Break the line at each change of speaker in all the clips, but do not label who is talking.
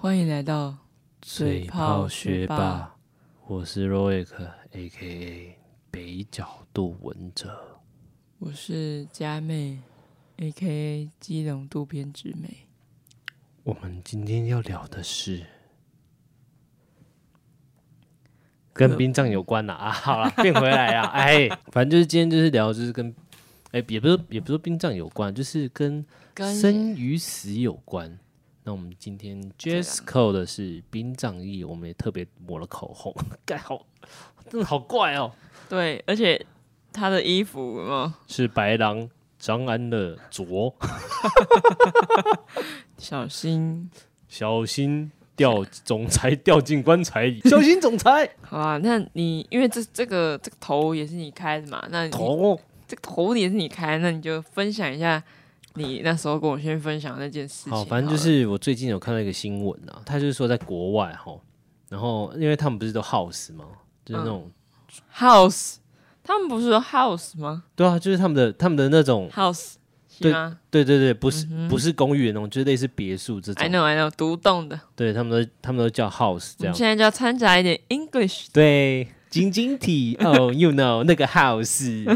欢迎来到
嘴炮学霸，，我是 Roic，A.K.A 北角度文哲。
我是佳妹，A.K.A 基隆渡边直美。
我们今天要聊的是跟殡葬有关啦啊，好啦，变回来啦，哎，反正就是今天就是聊就是跟，哎，也不是也不是说殡葬有关，就是跟
跟
生与死有关。那我们今天 j
啊
e s c o 的是殡葬业，我们也特别抹了口红， 盖好，真的好怪哦、
对，而且她的衣服有没有
是白狼张安乐着，
小心。
小心掉总裁掉进棺材里， 小心总裁
好啊，那你因为这这个这个头也是你开的嘛，那你
头。
这个头也是你开，那你就分享一下你那时候跟我先分享那件事情
好，
了。
反正就是我最近有看到一个新闻啊，他就是说在国外哈，然后因为他们不是都 house 吗？就是那种、
house，他们不是说 house 吗
对啊，就是他们的他们的那种，
？house 是吗
对对对，不是、不是公寓的那种，就是类似别墅这
？I
种，
know, I know，独栋的。
对他们都他们都叫 house
我
这
们
样，
现在就要掺杂一点 English。
对，晶晶体哦、y o u know 那个 house。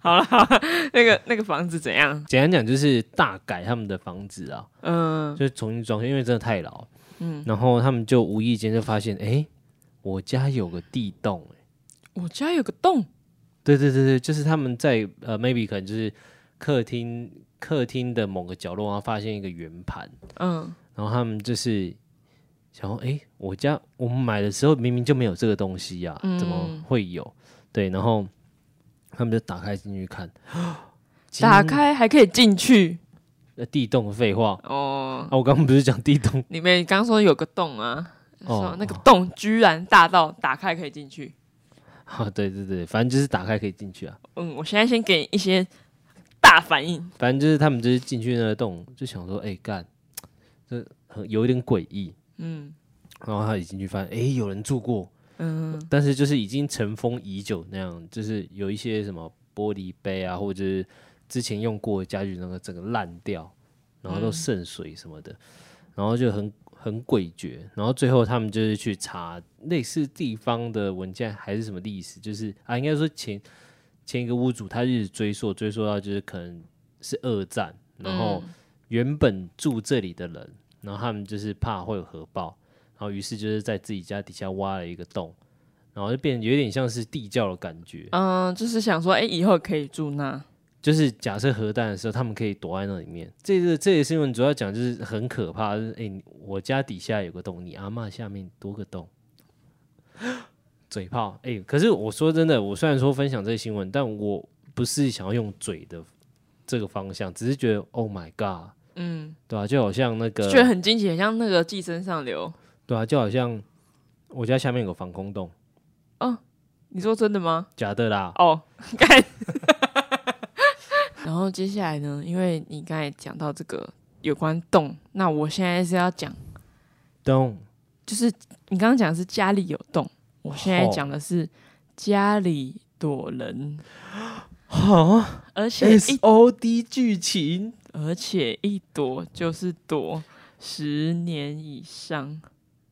好了，好了，那个那个房子怎样？
简单讲就是大改他们的房子啊，
嗯，
就是重新装修，因为真的太老。嗯，然后他们就无意间就发现，哎、我家有个地洞、诶
我家有个洞，
对对对对，就是他们在呃，maybe 可能就是客厅客厅的某个角落，然后发现一个圆盘，
嗯，
然后他们就是想说，哎、我家我们买的时候明明就没有这个东西呀、
嗯
怎么会有？对，然后他们就打开进 去看，
打
惊
开还可以进去
呃地洞，废话
哦。
啊！我刚刚不是讲地洞
里面刚说有个洞啊，
哦
说那个洞居然大到打开可以进去。
啊？对对对，反正就是打开可以进去啊。
嗯，我现在先给你一些大反应。
反正就是他们就是进去那个洞，就想说，哎、干，这很有一点诡异。
嗯
然后他一进去发现，哎、有人住过，
嗯
但是就是已经尘封已久那样，就是有一些什么玻璃杯啊，或者是之前用过的家具，那个整个烂掉，然后都渗水什么的，然后就很很诡谲。然后最后他们就是去查类似地方的文件还是什么历史，就是啊，应该说前前一个屋主他一直追溯追溯到就是可能是二战，然后原本住这里的人，然后他们就是怕会有核爆。然后，于是就是在自己家底下挖了一个洞，然后就变有点像是地窖的感觉。
嗯，就是想说，哎、以后可以住那。
就是假设核弹的时候，他们可以躲在那里面。这个这个新闻主要讲就是很可怕，就是哎、你我家底下有个洞，你阿嬷下面多个洞。 嘴炮哎、可是我说真的，我虽然说分享这个新闻，但我不是想要用嘴的这个方向，只是觉得 Oh my God，
嗯，
对啊，就好像那
就
个
觉得很惊奇，很像那个寄生上流。
对啊，就好像我家下面有个防空洞，
你说真的吗？
假的啦，
哦， 干。然后接下来呢，因为你刚才讲到这个有关洞，那我现在是要讲，
洞
就是你刚刚讲的是家里有洞，我现在
哦
讲的是家里躲人，
好。
而且
S
一
O
哎
D 剧情，
而且一躲就是躲十年以上，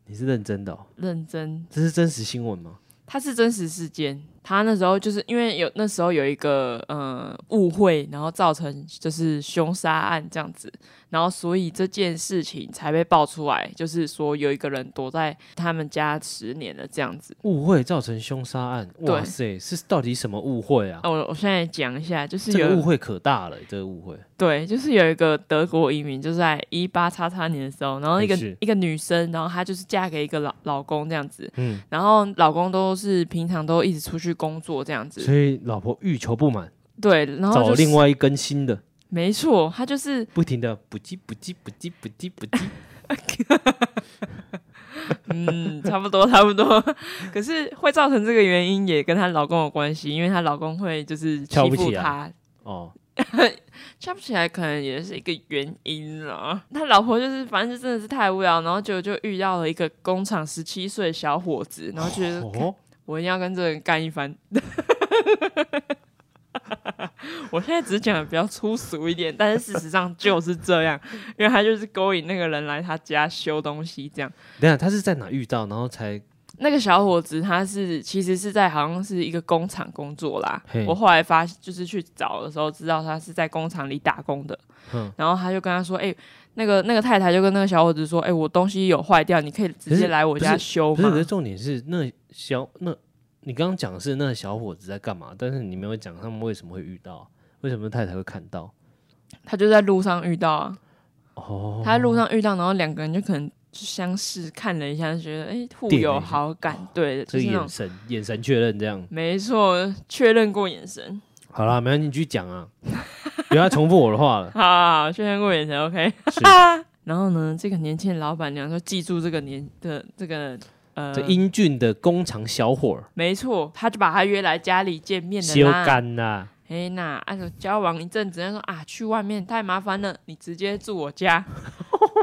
你是认真的、哦？
认真，
这是真实新闻吗？
它是真实事件。他那时候就是因为有那时候有一个呃误会，然后造成就是凶杀案这样子，然后所以这件事情才被爆出来，就是说有一个人躲在他们家十年了这样子。
误会造成凶杀案，
对哦
哇塞，是到底什么误会啊？
那我我现在讲一下，就是
这个
有
误会可大了，这个误会
对，就是有一个德国移民，就是在一八叉叉年的时候，然后一个
没事
一个女生，然后她就是嫁给一个老老公这样子，
嗯
然后老公都是平常都一直出去工作这样子，
所以老婆欲求不满，
对，然后
找
就是
另外一根新的，
没错，她就是
不停的补给补给补给补给补 给，
嗯，差不多，差不多。 可是会造成这个原因也跟她老公有关系，因为她老公会就是欺
瞧不
负
起啊
她，
哦，
翘不起来可能也是一个原因啦。他老婆就是反正就真的是太无聊，然后就就遇到了一个工厂十七岁的小伙子，然后觉得
哦，
我一定要跟这个人干一番。 我现在只是讲的比较粗俗一点，但是事实上就是这样，因为他就是勾引那个人来他家修东西，这样。
等一下他是在哪遇到，然后才
那个小伙子他是其实是在好像是一个工厂工作啦
嘿。
我后来发就是去找的时候知道他是在工厂里打工的，
嗯
然后他就跟他说：“哎、那个那个太太就跟那个小伙子说：‘哎、我东西有坏掉，你可以直
可是
接来我
不
家
是
修
不是？
嘛
可是。重点是那小那，你刚刚讲的是那小伙子在干嘛，但是你没有讲他们为什么会遇到啊，为什么太太会看到？’
他就在路上遇到啊，
哦，
他在路上遇到，然后两个人就可能就相视看了一下，就觉得哎、互
电了
有
一下
好感，对，就
这个
是那种
眼神眼神确认这样。
没错，确认过眼神，
好啦，没关系，你继续讲啊， 不要再重复我的话了。
好好，好确认过眼神，OK。
是
然后呢，这个年轻的老板娘说：“记住这个年的这个呃，
这英俊的工厂小伙儿，
没错，他就把他约来家里见面的
修
啦。
干呐，
哎，那按照交往一阵子，他说啊，去外面太麻烦了，你直接住我家，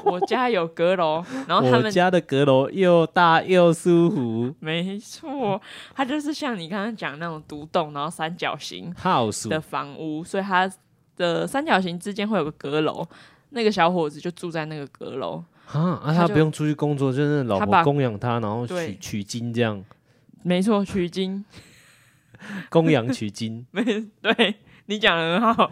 我家有阁楼。然后他
我
们
家的阁楼又大又 舒服
没错，他就是像你刚刚讲那种独栋，然后三角形的
，house
房屋，所以它的三角形之间会有个阁楼。那个小伙子就住在那个阁楼，
啊，啊，
他
他
就
不用出去工作，就是老
他
婆
把
供养他，然后取
对
取经这样，
没错，取经
供养 取经
没，对你讲的很好。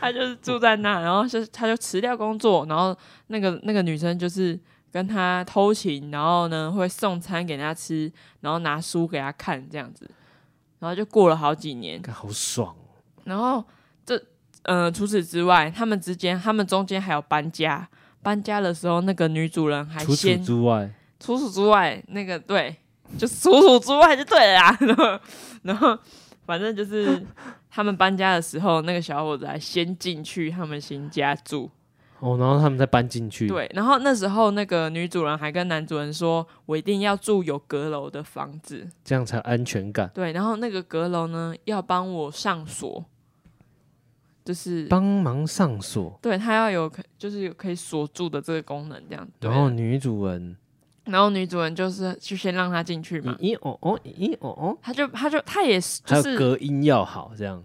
他就是住在那，然后就是他就辞掉工作，然后那个那个女生就是跟他偷情，然后呢会送餐给他吃，然后拿书给他看这样子，然后就过了好几年，
看好爽哦。
然后这呃除此之外，他们之间他们中间还有搬家，搬家的时候那个女主人还
除此
先
之外，
除此之外那个对，就是除此之外就对了啦，然后 然后反正就是他们搬家的时候，那个小伙子还先进去他们新家住。
哦，然后他们再搬进去，
对，然后那时候那个女主人还跟男主人说：“我一定要住有阁楼的房子。
这样才有安全”感。
对，然后那个阁楼呢要帮我上锁，就是
帮忙上锁，
对他要有可就是有可以锁住的这个功能这样。对
然后女主人，
然后女主人就是就先让他进去嘛，
咦咦哦哦，咦咦哦哦，
他就他就他也是
还
就是
有隔音要好，这样。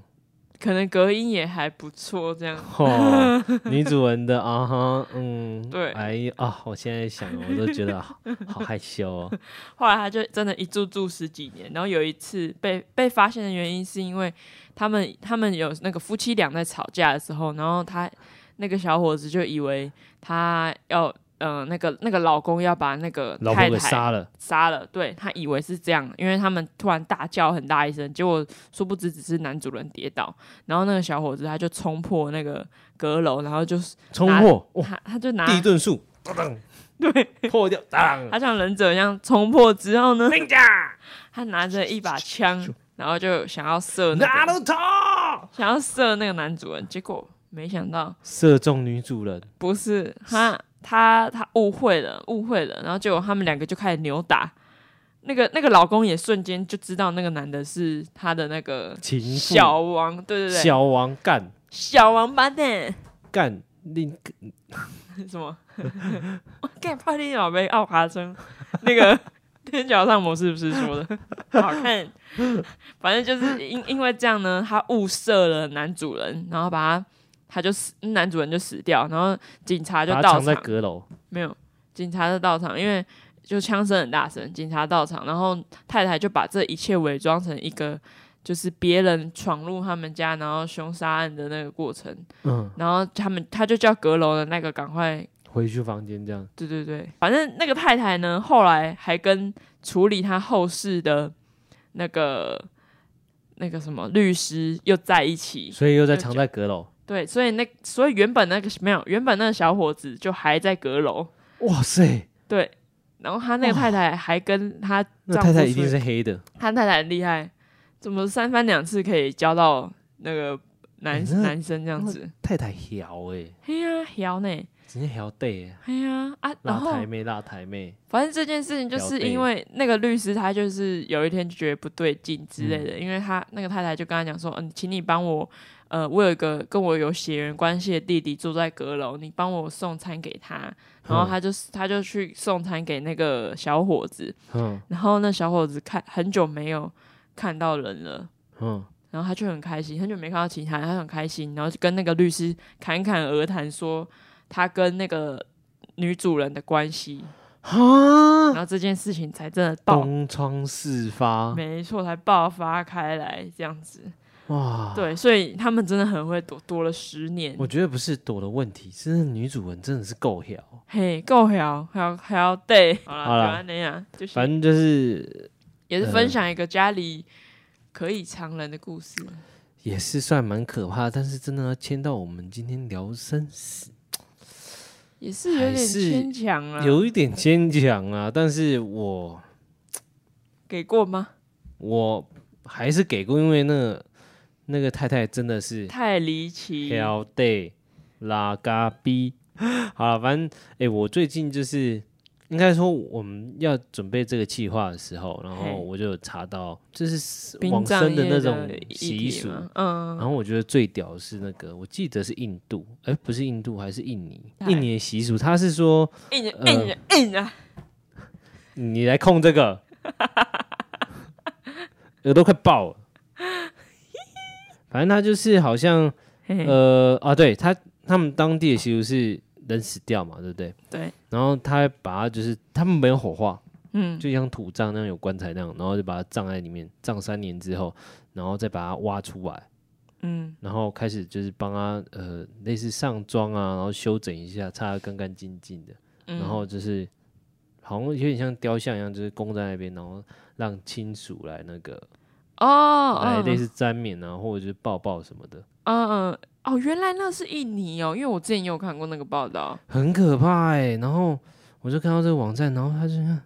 可能隔音也还不错，这样
哦，女主人 的啊哈，嗯，
对
哎呀啊，我现在想我都觉 得好好害羞哦。
后来他就真的一住住十几年，然后有一次被被发现的原因是因为他们他们有那个夫妻俩在吵架的时候，然后他那个小伙子就以为他要呃那个那个老公要把那个
老婆
太
给
太
杀了，
杀了，对他以为是这样，因为他们突然大叫很大一声，结果殊不知只是男主人跌倒，然后那个小伙子他就冲破那个阁楼，然后就是
冲破，哇，
他他就拿
地遁术，
对。
破掉，当，
他像忍者一样冲破之后呢，
定价，
他拿着一把枪，然后就想要射那
拿
个，
了头，
想要射那个男主人，结果没想到
射中女主人，
不是他，他他误会了，误会了，然后结果他们两个就开始扭打。那个那个老公也瞬间就知道那个男的是他的那个
情妇
小王，对对对，
小王干
小王八蛋，
干，另
什么？ 我干泡天小杯奥华生，那个天桥上魔术师说的，好看。反正就是因因为这样呢，他误射了男主人，然后把他他就死，男主人就死掉，然后警察就
把他
到
藏在
场，
阁楼，
没有警察就到场，因为就枪声很大声，警察到场，然后太太就把这一切伪装成一个。就是别人闯入他们家，然后凶杀案的那个过程，
嗯，
然后他们他就叫阁楼的那个赶快
回去房间这样，
对对对，反正那个太太呢，后来还跟处理她后事的那个那个什么律师又在一起。
所以又在藏在阁楼。
对，所以那所以原本那个没有，原本那个小伙子就还在阁楼。
哇塞，
对，然后他那个太太还跟他
那
丈
太
夫
太
说
一定是黑的，
他太太很厉害，怎么三番两次可以交到那个男、
哎那
男生这样子？
太太屌哎，
嘿呀、摇呢？
直接屌对欸，
嘿呀啊！然
辣
后
台妹辣台妹，
反正这件事情就是因为那个律师他就是有一天就觉得不对劲之类的，因为他那个太太就跟他讲说，嗯、请你帮我，呃，我有一个跟我有血缘关系的弟弟住在阁楼，你帮我送餐给他，然后他就、他就去送餐给那个小伙子，
嗯
然后那小伙子看很久没有看到人了，
嗯，
然后他就很开心，很久没看到其他人，他很开心，然后就跟那个律师侃侃而谈，说他跟那个女主人的关系，然
哈，
后这件事情才真的爆，
东窗事发，
没错，才爆发开来这样子。
哇！
对，所以他们真的很会躲，躲了十年
我，觉得不是躲的问题，是那女主人真的是够屌。
嘿，够好，还要还要对，好
好啦
了，就安那样，就是
反正呃就是
也是分享一个家里可以常人的故事。
也是算蛮可怕，但是真的要牵到我们今天聊生死，
也是有
还
点
是
牵强啊，
有一点牵强啊。但是我
给过吗？
我还是给过，因为那个那个太太真的是
太离奇，
挑 day 拉嘎逼。好了，反正哎、诶我最近就是应该说我们要准备这个计划的时候，然后
嘿
我就有查到就是
殡
往
葬
生
业的
那种
议
习
题
俗，
嘛嗯，
然后我觉得最屌的是那个，我记得是印度，哎、不是印度还是印尼，
哎
印尼的习俗，他是说
硬着
呃
硬着硬着，
你来控这个，耳朵快爆了。反正他就是好像
嘿
呃啊，对他他们当地的习俗是人死掉嘛，对不对？
对。
然后他把它就是他们没有火化，
嗯，
就像土葬那样有棺材那样，然后就把它葬在里面，葬三年之后，然后再把它挖出来，
嗯，
然后开始就是帮他呃类似上妆啊，然后修整一下，擦得干干净净的，
嗯
然后就是好像有点像雕像一样，就是供在那边，然后让亲属来那个
哦，
来类
嗯
似沾冕啊，或者是抱抱什么的，
嗯嗯，哦，原来那是印尼哦，因为我之前也有看过那个报道，
很可怕哎、然后我就看到这个网站，然后他就看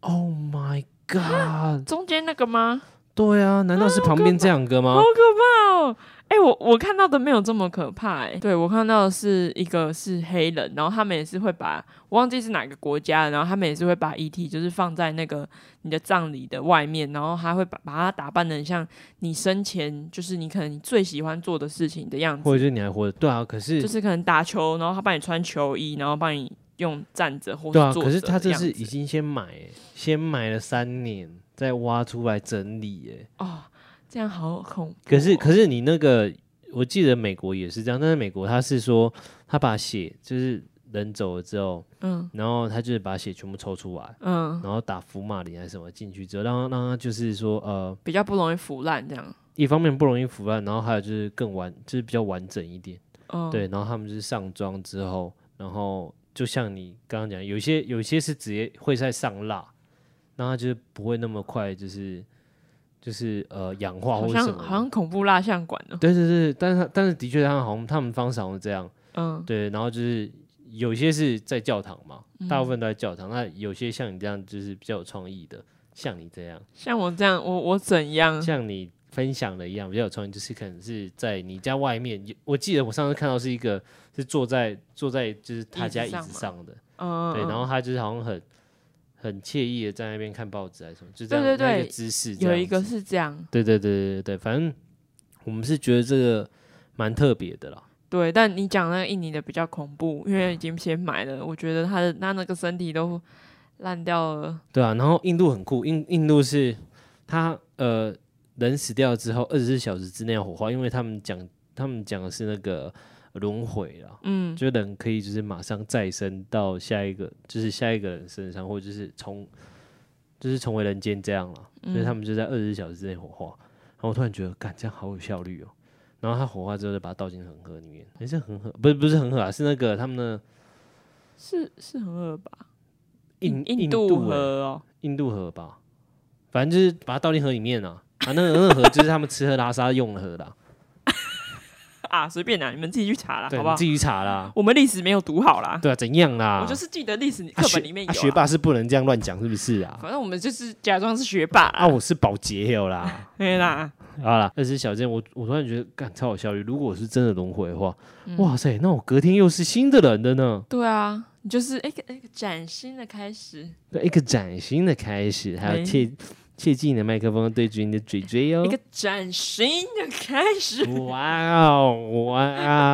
，Oh my God！
中间那个吗？
对啊，难道是旁边这两个吗？
哦，哎、我我看到的没有这么可怕、哎，对我看到的是一个是黑人，然后他们也是会把，我忘记是哪个国家了，然后他们也是会把遗体就是放在那个你的葬礼的外面，然后还会把把它打扮的很像你生前就是你可能你最喜欢做的事情的样
或
子，
者是你还活着？对啊，可是、
就是可能打球，然后他帮你穿球衣，然后帮你用站着或
对啊，
是坐着的样子、
可是他这是已经先买欸、先买了三年，再挖出来整理哎、
哦，这样好恐怖哦、
可是可是你那个，我记得美国也是这样，但是美国他是说他把血就是人走了之后，
嗯
然后他就是把血全部抽出来，
嗯，
然后打福马林还是什么进去之后，让他让他就是说呃。
比较不容易腐烂这样，
一方面不容易腐烂，然后还有就是更完，就是比较完整一点。
嗯，
对，然后他们就是上妆之后，然后就像你刚刚讲，有一些有一些是直接会在上蜡，然后它就是不会那么快，就是就是呃氧化或
好
者什
像
么
好像
的。
恐怖蜡像馆哦。
对对对，但是它但是的确，他们好像他们方式好像这样。
嗯，
对，然后就是有些是在教堂嘛，大部分都在教堂。那有些像你这样就是比较有创意的，像你这样。
像我这样，我我怎样？
像你分享的一样，比较有创意，就是可能是在你家外面。有我记得我上次看到是一个是坐在坐在就是他家椅
椅子上
子
吗
上的，
嗯，
对，
嗯
然后他就是好像很很惬意的在那边看报纸还是什么，就这
对
样
对
那
对
个姿势这样
有一
子，
个是这样，
对对对对对对，反正我们是觉得这个蛮特别的啦。
对，但你讲那个印尼的比较恐怖，因为已经先买了，我觉得他的他那个身体都烂掉了。
对啊，然后印度很酷，印印度是他呃人死掉之后二十四小时之内要火化，因为他们讲他们讲的是那个轮回啦，
嗯，
就人可以就是马上再生到下一个，就是下一个人身上，或者就是重，就是重回人间这样了。
嗯
所以他们就在二十小时之内火化。然后我突然觉得，干这样好有效率哦、然后他火化之后，就把它倒进恒河里面，还、是恒河，不是不是恒河啊，是那个他们的
是是很恶吧？
嗯印
印
度欸
度
河、
河哦，
印度河吧，反正就是把它倒进河里面啊。啊，那个那个河就是他们吃喝拉撒用的河啦，
啊，随便啦，你们自己去查啦，
对，
啊好
你
不好
自？己查啦，
我们历史没有读好啦，
对啊，怎样啦？
我就是记得历史课
啊学
本里面有
啊，学
啊，
霸是不能这样乱讲，是不是啊？
反正我们就是假装是学霸啦，
啊，我是保洁有啦，
对啦，
好啦，二十小件，我我突然觉得，干超有效率。如果我是真的轮回的话，
嗯
哇塞，那我隔天又是新的人了呢，
对啊，你就是一个一个崭新的开始，
一个崭新的开始，还有
哎
切切记你的麦克风对准你的嘴嘴哦
一。个崭新的开始。
哇哦，哇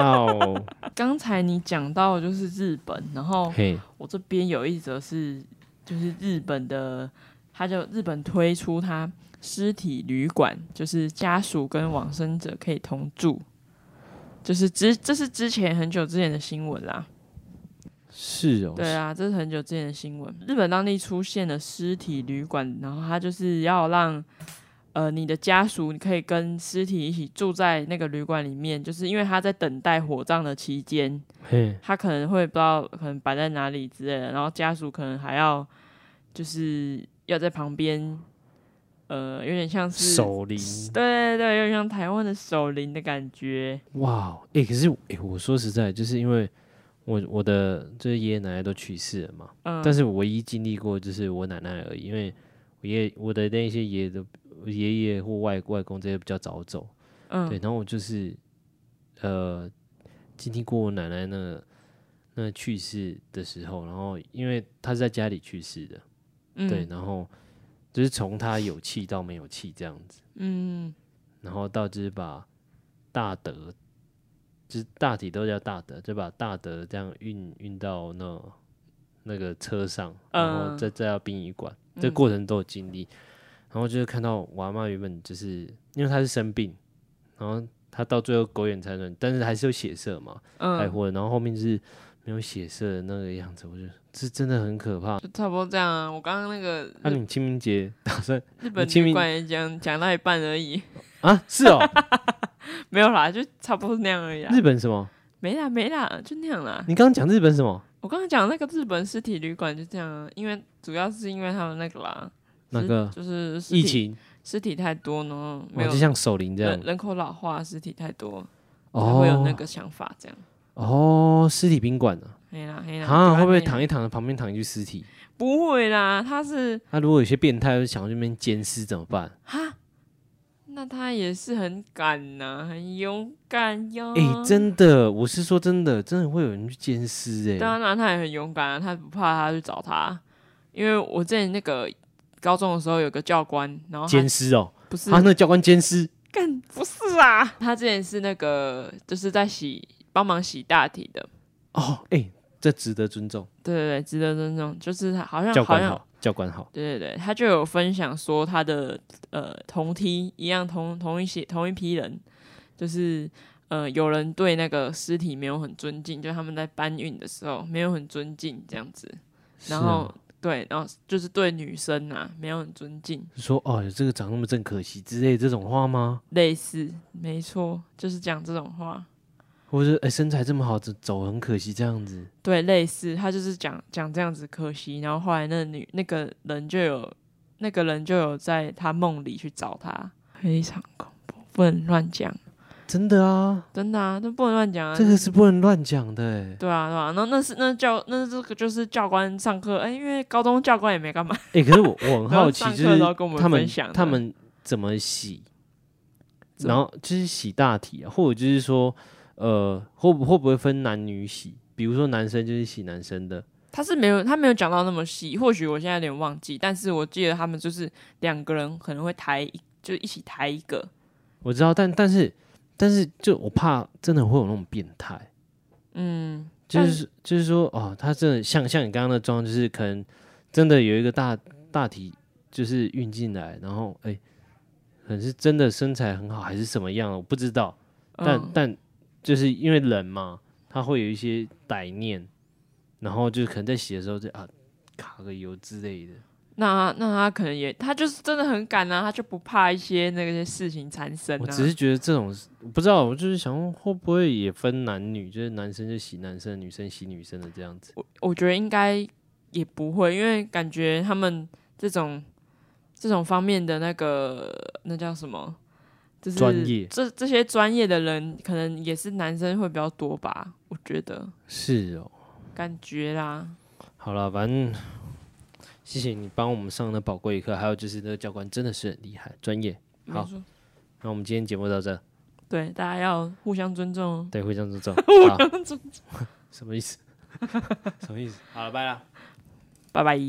哦，
刚才你讲到就是日本，然后
嘿，
我这边有一则是就是日本的他就日本推出他尸体旅馆，就是家属跟往生者可以同住，就是之这是之前很久之前的新闻啦。
是哦，
对啊，这是很久之前的新闻。日本当地出现了尸体旅馆，然后他就是要让呃你的家属你可以跟尸体一起住在那个旅馆里面，就是因为他在等待火葬的期间，
嘿，
他可能会不知道可能摆在哪里之类的，然后家属可能还要就是要在旁边，呃，有点像是
守灵，
对对对，有点像台湾的守灵的感觉。
哇，哎、可是哎、诶我说实在，就是因为我我的就是爷爷奶奶都去世了嘛，
嗯，
但是我唯一经历过就是我奶奶而已，因为我爷我的那些爷爷都爷爷或外外公这些比较早走，对，
嗯，
然后我就是呃经历过我奶奶那个那个去世的时候，然后因为她是在家里去世的，
嗯
对，，然后就是从她有气到没有气这样子，
嗯
然后到就是把大德，就是大体都叫大德，就把大德这样运运到那那个车上，然后
嗯
再再到殡仪馆，这过程都有经历。然后就是看到我阿妈原本就是因为她是生病，然后她到最后苟延残喘，但是还是有血色嘛，还
嗯，
活着。然后后面就是没有血色的那个样子，我就这真的很可怕。
就差不多这样啊。我刚刚那个
那、你清明节打算
日本
清
旅
明
馆也讲讲到一半而已，
啊？是哦，
没有啦，就差不多那样而已啦。
日本什么？
没啦没啦，就那样啦。
你刚刚讲日本什么？
我刚刚讲那个日本尸体旅馆就这样啊，因为主要是因为他们那个啦，
那
尸
个
就是尸体
疫情？
尸体太多呢，没
哦，
有
就像守灵这样
人。人口老化，尸体太多，才
哦，
会有那个想法这样。哎
哦，尸体宾馆啊，
黑啦黑啦，
啊，会不会
躺？
躺一躺，旁边躺一具尸体？
不会啦，他是
那、如果有些变态想要去那边奸尸怎么办？
哈，那他也是很敢呐、很勇敢哟。
哎、真的，我是说真的，真的会有人去奸尸哎、
当啊然，他也很勇敢啊，他不怕他去找他，因为我之前那个高中的时候有个教官，然后他
奸尸哦，
不是
啊，那教官奸尸，
干不是啊，他之前是那个就是在洗帮忙洗大体的，
哦，哎、这值得尊重，
对对对，值得尊重。就是他好像
教
好
官
像
好，教官好，
对对对，他就有分享说他的呃同梯一样同同一些同一批人，就是呃有人对那个尸体没有很尊敬，就他们在搬运的时候没有很尊敬这样子，然后、
是啊
对，然后就是对女生啊没有很尊敬，
就说哦，这个长那么正可惜之类这种话吗？
类似没错，就是讲这种话。
或者是哎、身材这么好，走走很可惜这样子，
对，类似他就是讲讲这样子可惜，然后后来那女那个人就有那个人就有在他梦里去找他，非常恐怖，不能乱讲，
真的啊，
真的啊，都不能乱讲啊。
这个
就是
不能乱讲的哎、
对啊，对啊，那那是那教那这个就是教官上课，哎，因为高中教官也没干嘛，
哎、可是我我
然
很
后
好奇
上，课
就是
都要跟我们
他们
分享的
他们怎么洗，
怎么
然后就是洗大体啊，或者就是说，呃，会不会不会分男女洗？比如说男生就是洗男生的，
他是没有他没有讲到那么细，或许我现在有点忘记，但是我记得他们就是两个人可能会抬一，就一起抬一个，
我知道，但但是但是就我怕真的会有那种变态，
嗯，
就
但
是就是说，哦，他真的像像你刚刚的妆，就是可能真的有一个大大体就是运进来，然后哎、可能是真的身材很好还是什么样，我不知道。但、
嗯
但就是因为人嘛，他会有一些歹念，然后就是可能在洗的时候就啊卡个油之类的。
那那他可能也，他就是真的很敢啊，他就不怕一些那些事情缠身
我
啊。
只是觉得这种我不知道，我就是想说会不会也分男女，就是男生就洗男生，女生洗女生的这样子。
我我觉得应该也不会，因为感觉他们这种这种方面的那个那叫什么，就是
专业
这这些专业的人，可能也是男生会比较多吧，我觉得
是哦，
感觉啦。
好了，反正谢谢你帮我们上的宝贵一课，还有就是那个教官真的是很厉害，专业。好
没错，
那我们今天节目到这，
对，大家要互相尊重哦。
对，会这样 子走。好，
尊
什么意思？什么意思？好了，拜了。
拜拜。